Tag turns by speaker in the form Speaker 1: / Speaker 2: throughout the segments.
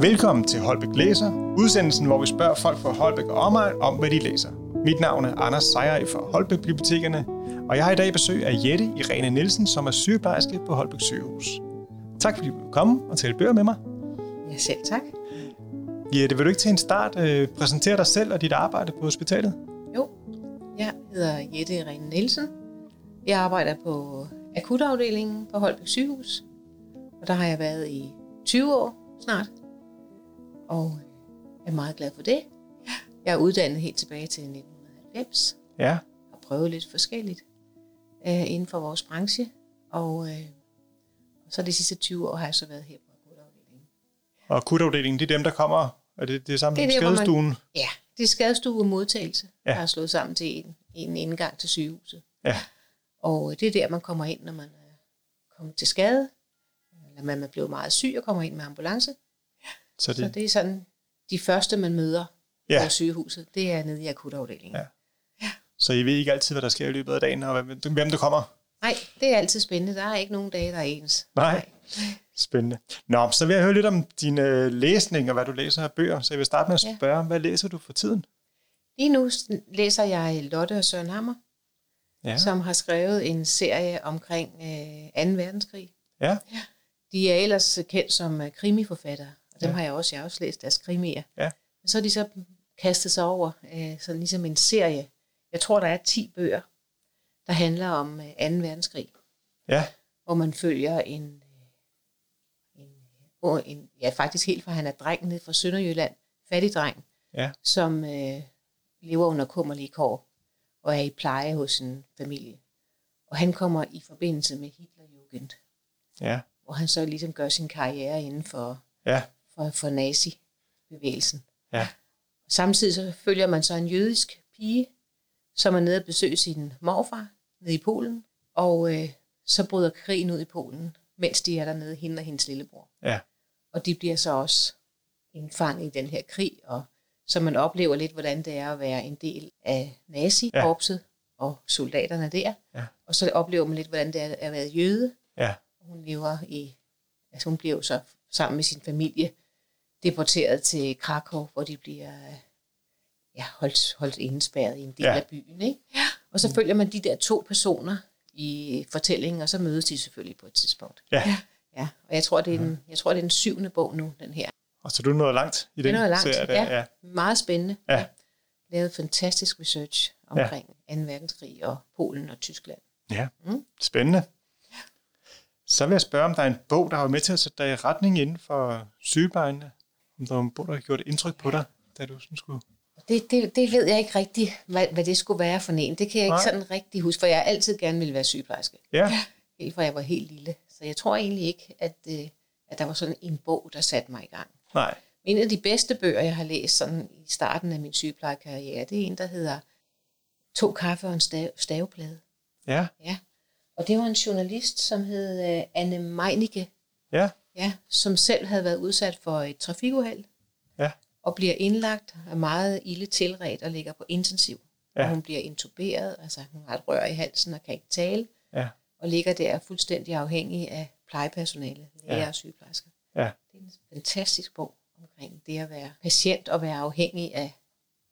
Speaker 1: Velkommen til Holbæk Læser, udsendelsen, hvor vi spørger folk fra Holbæk og omegn om, hvad de læser. Mit navn er Anders Sejrej fra Holbæk Bibliotekerne, og jeg har i dag besøg af Jette Irene Nielsen, som er sygeplejerske på Holbæk Sygehus. Tak fordi du vil komme og tale bøger med mig.
Speaker 2: Ja, selv tak.
Speaker 1: Jette, vil du ikke til en start øh, præsentere dig selv og dit arbejde på hospitalet?
Speaker 2: Jo, jeg hedder Jette Irene Nielsen. Jeg arbejder på akutafdelingen på Holbæk Sygehus, og der har jeg været i 20 år snart, og er meget glad for det. Jeg er uddannet helt tilbage til 1990
Speaker 1: Ja,
Speaker 2: og prøvet lidt forskelligt øh, inden for vores branche, og øh, så de sidste 20 år har jeg så været her på akutafdelingen.
Speaker 1: og akutafdelingen, det er dem, der kommer, og det, det er sammen
Speaker 2: Det er
Speaker 1: med
Speaker 2: der, hvor man-
Speaker 1: skadestuen.
Speaker 2: Ja, det er skadestue og modtagelse,
Speaker 1: Ja.
Speaker 2: ja. der er slået sammen til en, en indgang til sygehuset.
Speaker 1: Ja.
Speaker 2: Og øh, det er der, man kommer ind, når man er kommet til skade, eller man er blevet meget syg og kommer ind med ambulance.
Speaker 1: Så
Speaker 2: Så
Speaker 1: det,
Speaker 2: det er sådan, de første, man møder
Speaker 1: Ja.
Speaker 2: ja. på sygehuset, det er nede i akutafdelingen.
Speaker 1: Ja.
Speaker 2: Ja.
Speaker 1: så I ved ikke altid, hvad der sker i løbet af dagen, og hvem, hvem der kommer.
Speaker 2: Nej, det er altid spændende. Der er ikke nogen dage, der er ens.
Speaker 1: Nej. Spændende. Nå, så vil jeg høre lidt om din øh, læsning og hvad du læser af bøger. Så jeg vil starte med at
Speaker 2: Ja.
Speaker 1: spørge, hvad læser du for tiden?
Speaker 2: Lige nu s- læser jeg Lotte og Søren Hammer, ja. som har skrevet en serie omkring øh, 2. verdenskrig.
Speaker 1: Ja.
Speaker 2: De er ellers kendt som øh, krimiforfattere, og dem
Speaker 1: Ja.
Speaker 2: ja. har jeg også, jeg har også læst deres krimier.
Speaker 1: Ja.
Speaker 2: Men så har de så kastet sig over øh, sådan ligesom en serie. Jeg tror, der er 10 bøger, der handler om øh, 2. verdenskrig,
Speaker 1: Ja,
Speaker 2: hvor man følger en, øh, en, hvor en ja faktisk helt fra han er dreng ned fra Sønderjylland, fattig dreng,
Speaker 1: Ja.
Speaker 2: som øh, lever under kummerlige kår og er i pleje hos sin familie. Og han kommer i forbindelse med Hitlerjugend
Speaker 1: ja,
Speaker 2: hvor han så ligesom gør sin karriere inden for,
Speaker 1: ja,
Speaker 2: for, for nazi-bevægelsen.
Speaker 1: Ja.
Speaker 2: Samtidig så følger man så en jødisk pige, som er nede og besøge sin morfar nede i Polen, og øh, så bryder krigen ud i Polen, mens de er dernede, hende og hendes lillebror.
Speaker 1: ja,
Speaker 2: Og de bliver så også indfanget i den her krig, og så man oplever lidt, hvordan det er at være en del af nazi-korpset og soldaterne der.
Speaker 1: Ja.
Speaker 2: Og så oplever man lidt, hvordan det er at være jøde,
Speaker 1: ja,
Speaker 2: hun lever i, altså hun bliver jo så sammen med sin familie deporteret til Krakow, hvor de bliver øh, ja, holdt, holdt indespærret i en del
Speaker 1: Ja.
Speaker 2: ja. af byen. Ikke? Ja. Og så følger man de der to personer i fortællingen, og så mødes de selvfølgelig på et tidspunkt.
Speaker 1: ja. Mhm.
Speaker 2: Ja, og jeg tror, det er den, jeg tror, det er den syvende bog nu, den her.
Speaker 1: Og så er du nået langt i den
Speaker 2: Den er jo langt,
Speaker 1: serie der.
Speaker 2: ja.
Speaker 1: ja.
Speaker 2: Meget spændende.
Speaker 1: Ja.
Speaker 2: Lavet fantastisk research omkring ja. 2. verdenskrig og Polen og Tyskland.
Speaker 1: Ja,
Speaker 2: Mm.
Speaker 1: spændende. Så vil jeg spørge, om der er en bog, der har været med til at sætte dig i retning inden for sygeplejene. Om der er en bog, der har gjort indtryk på dig, da du sådan skulle...
Speaker 2: Det, det, det ved jeg ikke rigtigt, hvad, hvad det skulle være for en. Det kan jeg ikke
Speaker 1: Nej.
Speaker 2: sådan rigtig huske, for jeg har altid gerne ville være sygeplejerske,
Speaker 1: Ja,
Speaker 2: helt fra jeg var helt lille. Så jeg tror egentlig ikke, at, øh, at der var sådan en bog, der satte mig i gang.
Speaker 1: nej.
Speaker 2: En af de bedste bøger, jeg har læst sådan i starten af min sygeplejekarriere, det er en, der hedder To kaffe og en stav, staveplade.
Speaker 1: Ja,
Speaker 2: Ja. Og det var en journalist, som hed øh, Anne Meinicke,
Speaker 1: ja,
Speaker 2: ja, som selv havde været udsat for et trafikuheld.
Speaker 1: Ja.
Speaker 2: Og bliver indlagt, er meget ilde tilredt og ligger på intensiv.
Speaker 1: Ja.
Speaker 2: Ja. Og hun bliver intuberet, altså hun har et rør i halsen og kan ikke tale,
Speaker 1: ja,
Speaker 2: og ligger der fuldstændig afhængig af plejepersonale, læger
Speaker 1: Ja.
Speaker 2: ja. og sygeplejersker.
Speaker 1: ja,
Speaker 2: Det er en fantastisk bog omkring det at være patient og være afhængig af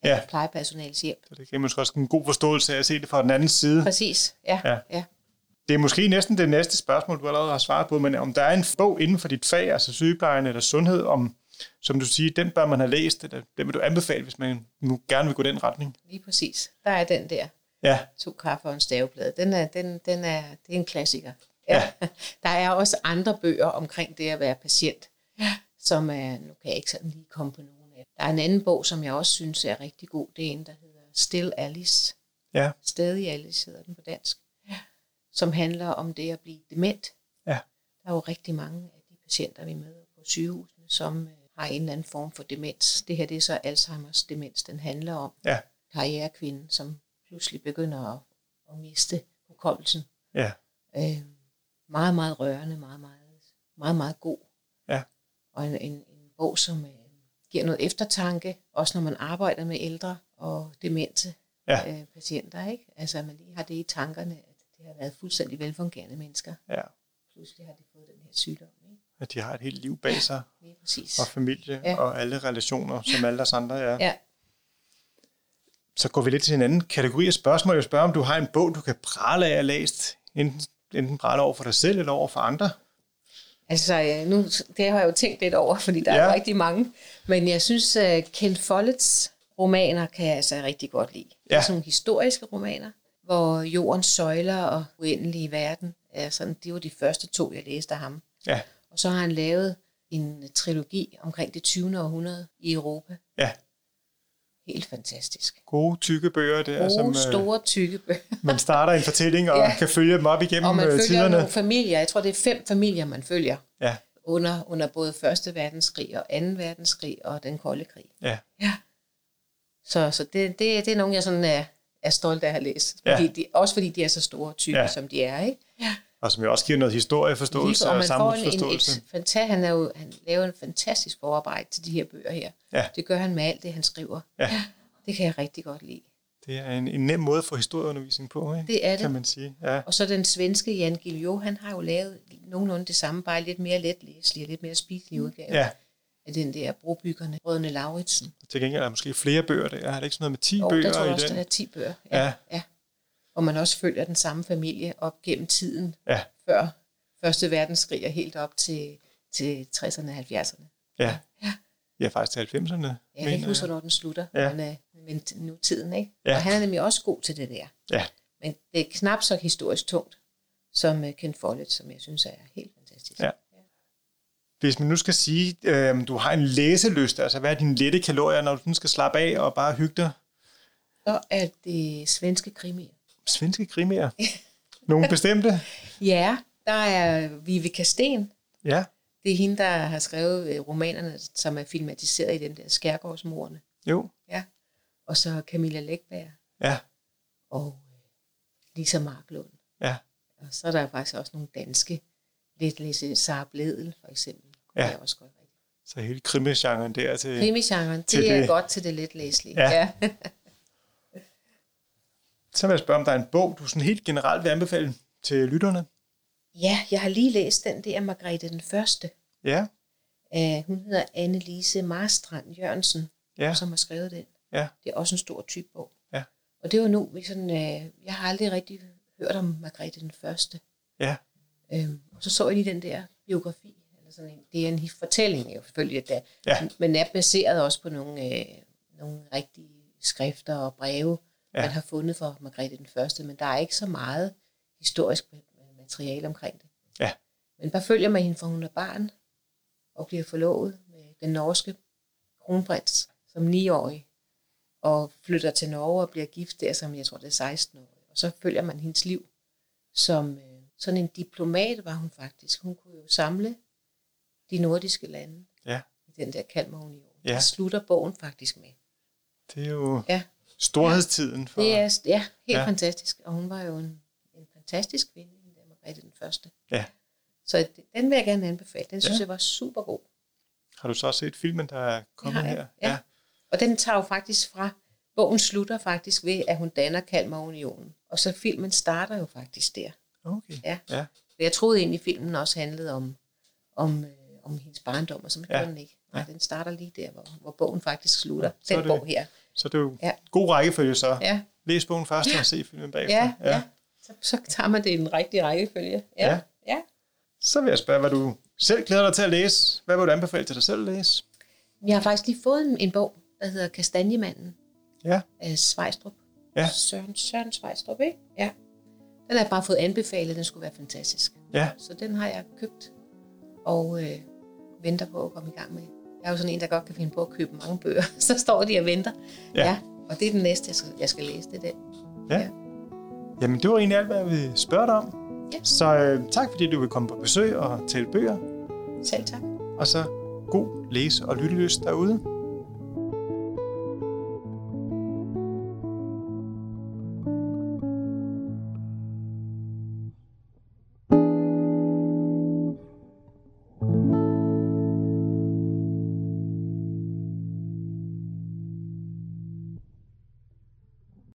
Speaker 1: ja.
Speaker 2: plejepersonales hjælp.
Speaker 1: Så det giver måske også en god forståelse af at se det fra den anden side.
Speaker 2: Præcis, ja.
Speaker 1: Ja.
Speaker 2: ja. ja.
Speaker 1: Det er måske næsten det næste spørgsmål, du allerede har svaret på, men om der er en bog inden for dit fag, altså sygeplejen eller sundhed, om, som du siger, den bør man have læst, eller den vil du anbefale, hvis man nu gerne vil gå den retning?
Speaker 2: Lige præcis. Der er den der.
Speaker 1: Ja,
Speaker 2: to kaffe og en staveblad. Den er, den, den er, det er en klassiker.
Speaker 1: Ja.
Speaker 2: Der er også andre bøger omkring det at være patient, ja. som er, nu kan jeg ikke sådan lige komme på nogen af. Der er en anden bog, som jeg også synes er rigtig god. Det er en, der hedder Still Alice.
Speaker 1: Ja.
Speaker 2: Stadig Alice hedder den på dansk. Ja. Som handler om det at blive dement.
Speaker 1: Ja.
Speaker 2: Der er jo rigtig mange af de patienter, vi møder på sygehusene, som øh, har en eller anden form for demens. Det her det er så Alzheimers demens, den handler om
Speaker 1: ja,
Speaker 2: karrierekvinde, som pludselig begynder at, at miste hukommelsen.
Speaker 1: ja,
Speaker 2: Øh, meget, meget rørende, meget, meget, meget, meget god.
Speaker 1: Ja.
Speaker 2: Og en, en, en bog, som øh, giver noget eftertanke, også når man arbejder med ældre og demente
Speaker 1: Ja.
Speaker 2: øh, patienter. Ikke? Altså, at man lige har det i tankerne, at det har været fuldstændig velfungerende mennesker.
Speaker 1: ja.
Speaker 2: Pludselig har de fået den her sygdom. Ikke?
Speaker 1: At de har et helt liv bag sig,
Speaker 2: Lige præcis.
Speaker 1: og familie ja.
Speaker 2: Ja.
Speaker 1: og alle relationer, som alle os andre er.
Speaker 2: Ja.
Speaker 1: Så går vi lidt til en anden kategori af spørgsmål. Jeg spørger, om du har en bog, du kan prale af at have læst, enten, enten prale over for dig selv eller over for andre.
Speaker 2: Altså, øh, nu, det har jeg jo tænkt lidt over, fordi der ja.
Speaker 1: Ja.
Speaker 2: er rigtig mange. Men jeg synes, uh, Ken Follets romaner kan jeg altså rigtig godt lide. Ja. Det
Speaker 1: Ja.
Speaker 2: er sådan nogle historiske romaner, hvor jordens søjler og uendelige verden, er sådan, det var de første to, jeg læste af ham.
Speaker 1: Ja,
Speaker 2: Og så har han lavet en trilogi omkring det 20. århundrede i Europa.
Speaker 1: ja.
Speaker 2: Helt fantastisk.
Speaker 1: Gode, tykke bøger der,
Speaker 2: Gode,
Speaker 1: som øh,
Speaker 2: store, tykke bøger.
Speaker 1: man starter en fortælling og ja.
Speaker 2: Ja.
Speaker 1: kan følge dem op igennem
Speaker 2: Og man
Speaker 1: øh,
Speaker 2: følger
Speaker 1: tiderne.
Speaker 2: nogle familier. Jeg tror, det er fem familier, man følger
Speaker 1: Ja,
Speaker 2: under, under både 1. verdenskrig og 2. verdenskrig og den kolde krig.
Speaker 1: ja.
Speaker 2: Ja. Så, så det, det, det er nogen, jeg sådan er, er stolt af at have læst.
Speaker 1: Ja.
Speaker 2: Fordi de, også fordi de er så store typer,
Speaker 1: Ja.
Speaker 2: ja. som de er. Ikke? Ja.
Speaker 1: Og som jo også giver noget historieforståelse
Speaker 2: og
Speaker 1: og
Speaker 2: man får en, en,
Speaker 1: samfundsforståelse.
Speaker 2: et fanta, han, er jo, han laver en fantastisk forarbejde til de her bøger her.
Speaker 1: Ja.
Speaker 2: Det gør han med alt det, han skriver.
Speaker 1: Ja.
Speaker 2: Det kan jeg rigtig godt lide.
Speaker 1: Det er en, en nem måde at få historieundervisning på, ikke?
Speaker 2: Det er
Speaker 1: kan
Speaker 2: det.
Speaker 1: man sige. Ja.
Speaker 2: Og så den svenske Jan Guillou, han har jo lavet nogenlunde det samme, bare lidt mere letlæselig og lidt mere spiselig udgave
Speaker 1: ja.
Speaker 2: af den der brobyggerne, Brødrene Lauritsen.
Speaker 1: Til gengæld er der måske flere bøger der. Er det ikke sådan noget med 10
Speaker 2: Jo,
Speaker 1: bøger
Speaker 2: der tror jeg
Speaker 1: i
Speaker 2: også,
Speaker 1: den?
Speaker 2: der er 10 bøger.
Speaker 1: Ja.
Speaker 2: ja. Og man også følger den samme familie op gennem tiden,
Speaker 1: Ja.
Speaker 2: før Første Verdenskrig og helt op til, til 60'erne og 70'erne.
Speaker 1: Ja. Ja, faktisk til 90'erne.
Speaker 2: Jeg kan ikke huske, hvornår den slutter,
Speaker 1: øh, Ja.
Speaker 2: ja. men, øh, men t- nu tiden, ikke?
Speaker 1: Ja.
Speaker 2: Og han er nemlig også god til det der.
Speaker 1: Ja.
Speaker 2: Men det er knap så historisk tungt som øh, Ken Follett, som jeg synes er helt fantastisk.
Speaker 1: Ja. Hvis man nu skal sige, øh, du har en læselyst, altså hvad er dine lette kalorier, når du sådan skal slappe af og bare hygge dig?
Speaker 2: Så er det svenske krimier.
Speaker 1: Svenske krimier. Nogle bestemte?
Speaker 2: Ja, der er Vivica Sten,
Speaker 1: Ja.
Speaker 2: Det er hende, der har skrevet øh, romanerne, som er filmatiseret i den der Skærgårdsmorene.
Speaker 1: Jo.
Speaker 2: Ja. Og så Camilla Lækberg
Speaker 1: Ja.
Speaker 2: og øh, Lisa Marklund.
Speaker 1: Ja.
Speaker 2: Og så er der faktisk også nogle danske, lidt læse Sara Bledel for eksempel.
Speaker 1: Ja.
Speaker 2: Ja. Jeg også godt lide.
Speaker 1: Så hele krimigenren der til...
Speaker 2: Krimigenren, det,
Speaker 1: Til
Speaker 2: er
Speaker 1: det-
Speaker 2: godt til det letlæselige.
Speaker 1: Ja.
Speaker 2: ja.
Speaker 1: Så vil jeg spørge, om der er en bog, du sådan helt generelt vil anbefale til lytterne?
Speaker 2: ja, jeg har lige læst den der Margrethe den Første.
Speaker 1: Ja.
Speaker 2: Uh, hun hedder Anne-Lise Marstrand Jørgensen.
Speaker 1: Ja.
Speaker 2: som har skrevet den.
Speaker 1: Ja.
Speaker 2: Det er også en stor tyk bog.
Speaker 1: Ja.
Speaker 2: Og det var nu, vi sådan, øh, jeg har aldrig rigtig hørt om Margrethe den Første.
Speaker 1: Ja.
Speaker 2: Øhm, og så så jeg lige den der biografi. Eller sådan en, det er en hi- fortælling jo selvfølgelig, at der,
Speaker 1: Ja.
Speaker 2: men er baseret også på nogle, øh, nogle rigtige skrifter og breve,
Speaker 1: Ja.
Speaker 2: ja. man har fundet fra Margrethe den Første, men der er ikke så meget historisk ma- materiale omkring det.
Speaker 1: Ja.
Speaker 2: Men bare følger man hende fra hun er barn, og bliver forlovet med den norske kronprins som 9-årig, og flytter til Norge og bliver gift der, som jeg tror det er 16-årig. Og så følger man hendes liv som øh, sådan en diplomat var hun faktisk. Hun kunne jo samle de nordiske lande
Speaker 1: Ja.
Speaker 2: i den der Kalmarunion.
Speaker 1: Ja.
Speaker 2: Ja. Det slutter bogen faktisk med.
Speaker 1: Det er jo
Speaker 2: Ja.
Speaker 1: storhedstiden for...
Speaker 2: Det er ja, helt
Speaker 1: Ja.
Speaker 2: ja. fantastisk, og hun var jo en, en fantastisk kvinde, hende der Margrethe den Første.
Speaker 1: Ja.
Speaker 2: Så det- den vil jeg gerne anbefale. Den synes
Speaker 1: Ja.
Speaker 2: ja. jeg var super god.
Speaker 1: Har du så også set filmen, der er kommet
Speaker 2: har jeg,
Speaker 1: her?
Speaker 2: ja. Og den tager jo faktisk fra, bogen slutter faktisk ved, at hun danner Kalmarunionen. Og så filmen starter jo faktisk der.
Speaker 1: Okay.
Speaker 2: Ja.
Speaker 1: Ja.
Speaker 2: For jeg troede egentlig, filmen også handlede om, om, øh, om hendes barndom, og så men
Speaker 1: Ja.
Speaker 2: ja. den ikke. Nej, den starter lige der, hvor, hvor bogen faktisk slutter.
Speaker 1: så er
Speaker 2: Den
Speaker 1: det-
Speaker 2: bog her.
Speaker 1: Så det er jo
Speaker 2: Ja.
Speaker 1: god rækkefølge så.
Speaker 2: Ja,
Speaker 1: Læs bogen først og se filmen bagefter.
Speaker 2: ja, ja. ja. Så, så tager man det i den rigtige rækkefølge. Ja.
Speaker 1: Ja.
Speaker 2: ja. ja.
Speaker 1: Så vil jeg spørge, hvad du selv glæder dig til at læse. Hvad vil du anbefale til dig selv at læse?
Speaker 2: Jeg har faktisk lige fået en, en bog, der hedder Kastanjemanden
Speaker 1: Ja,
Speaker 2: af Svejstrup.
Speaker 1: Ja.
Speaker 2: Søren, Søren Svejstrup, ikke? Ja. Den har jeg bare fået anbefalet, den skulle være fantastisk.
Speaker 1: ja,
Speaker 2: Så den har jeg købt og øh, venter på at komme i gang med. Jeg er jo sådan en, der godt kan finde på at købe mange bøger. Så står de og venter.
Speaker 1: Ja.
Speaker 2: og det er den næste, jeg skal, jeg skal læse. Det er den.
Speaker 1: ja.
Speaker 2: Ja.
Speaker 1: Jamen, det var egentlig alt, hvad jeg ville spørge dig om.
Speaker 2: Ja.
Speaker 1: Så øh, tak, fordi du vil komme på besøg og tale bøger.
Speaker 2: Selv tak.
Speaker 1: Og så god læse- og lyttelyst derude.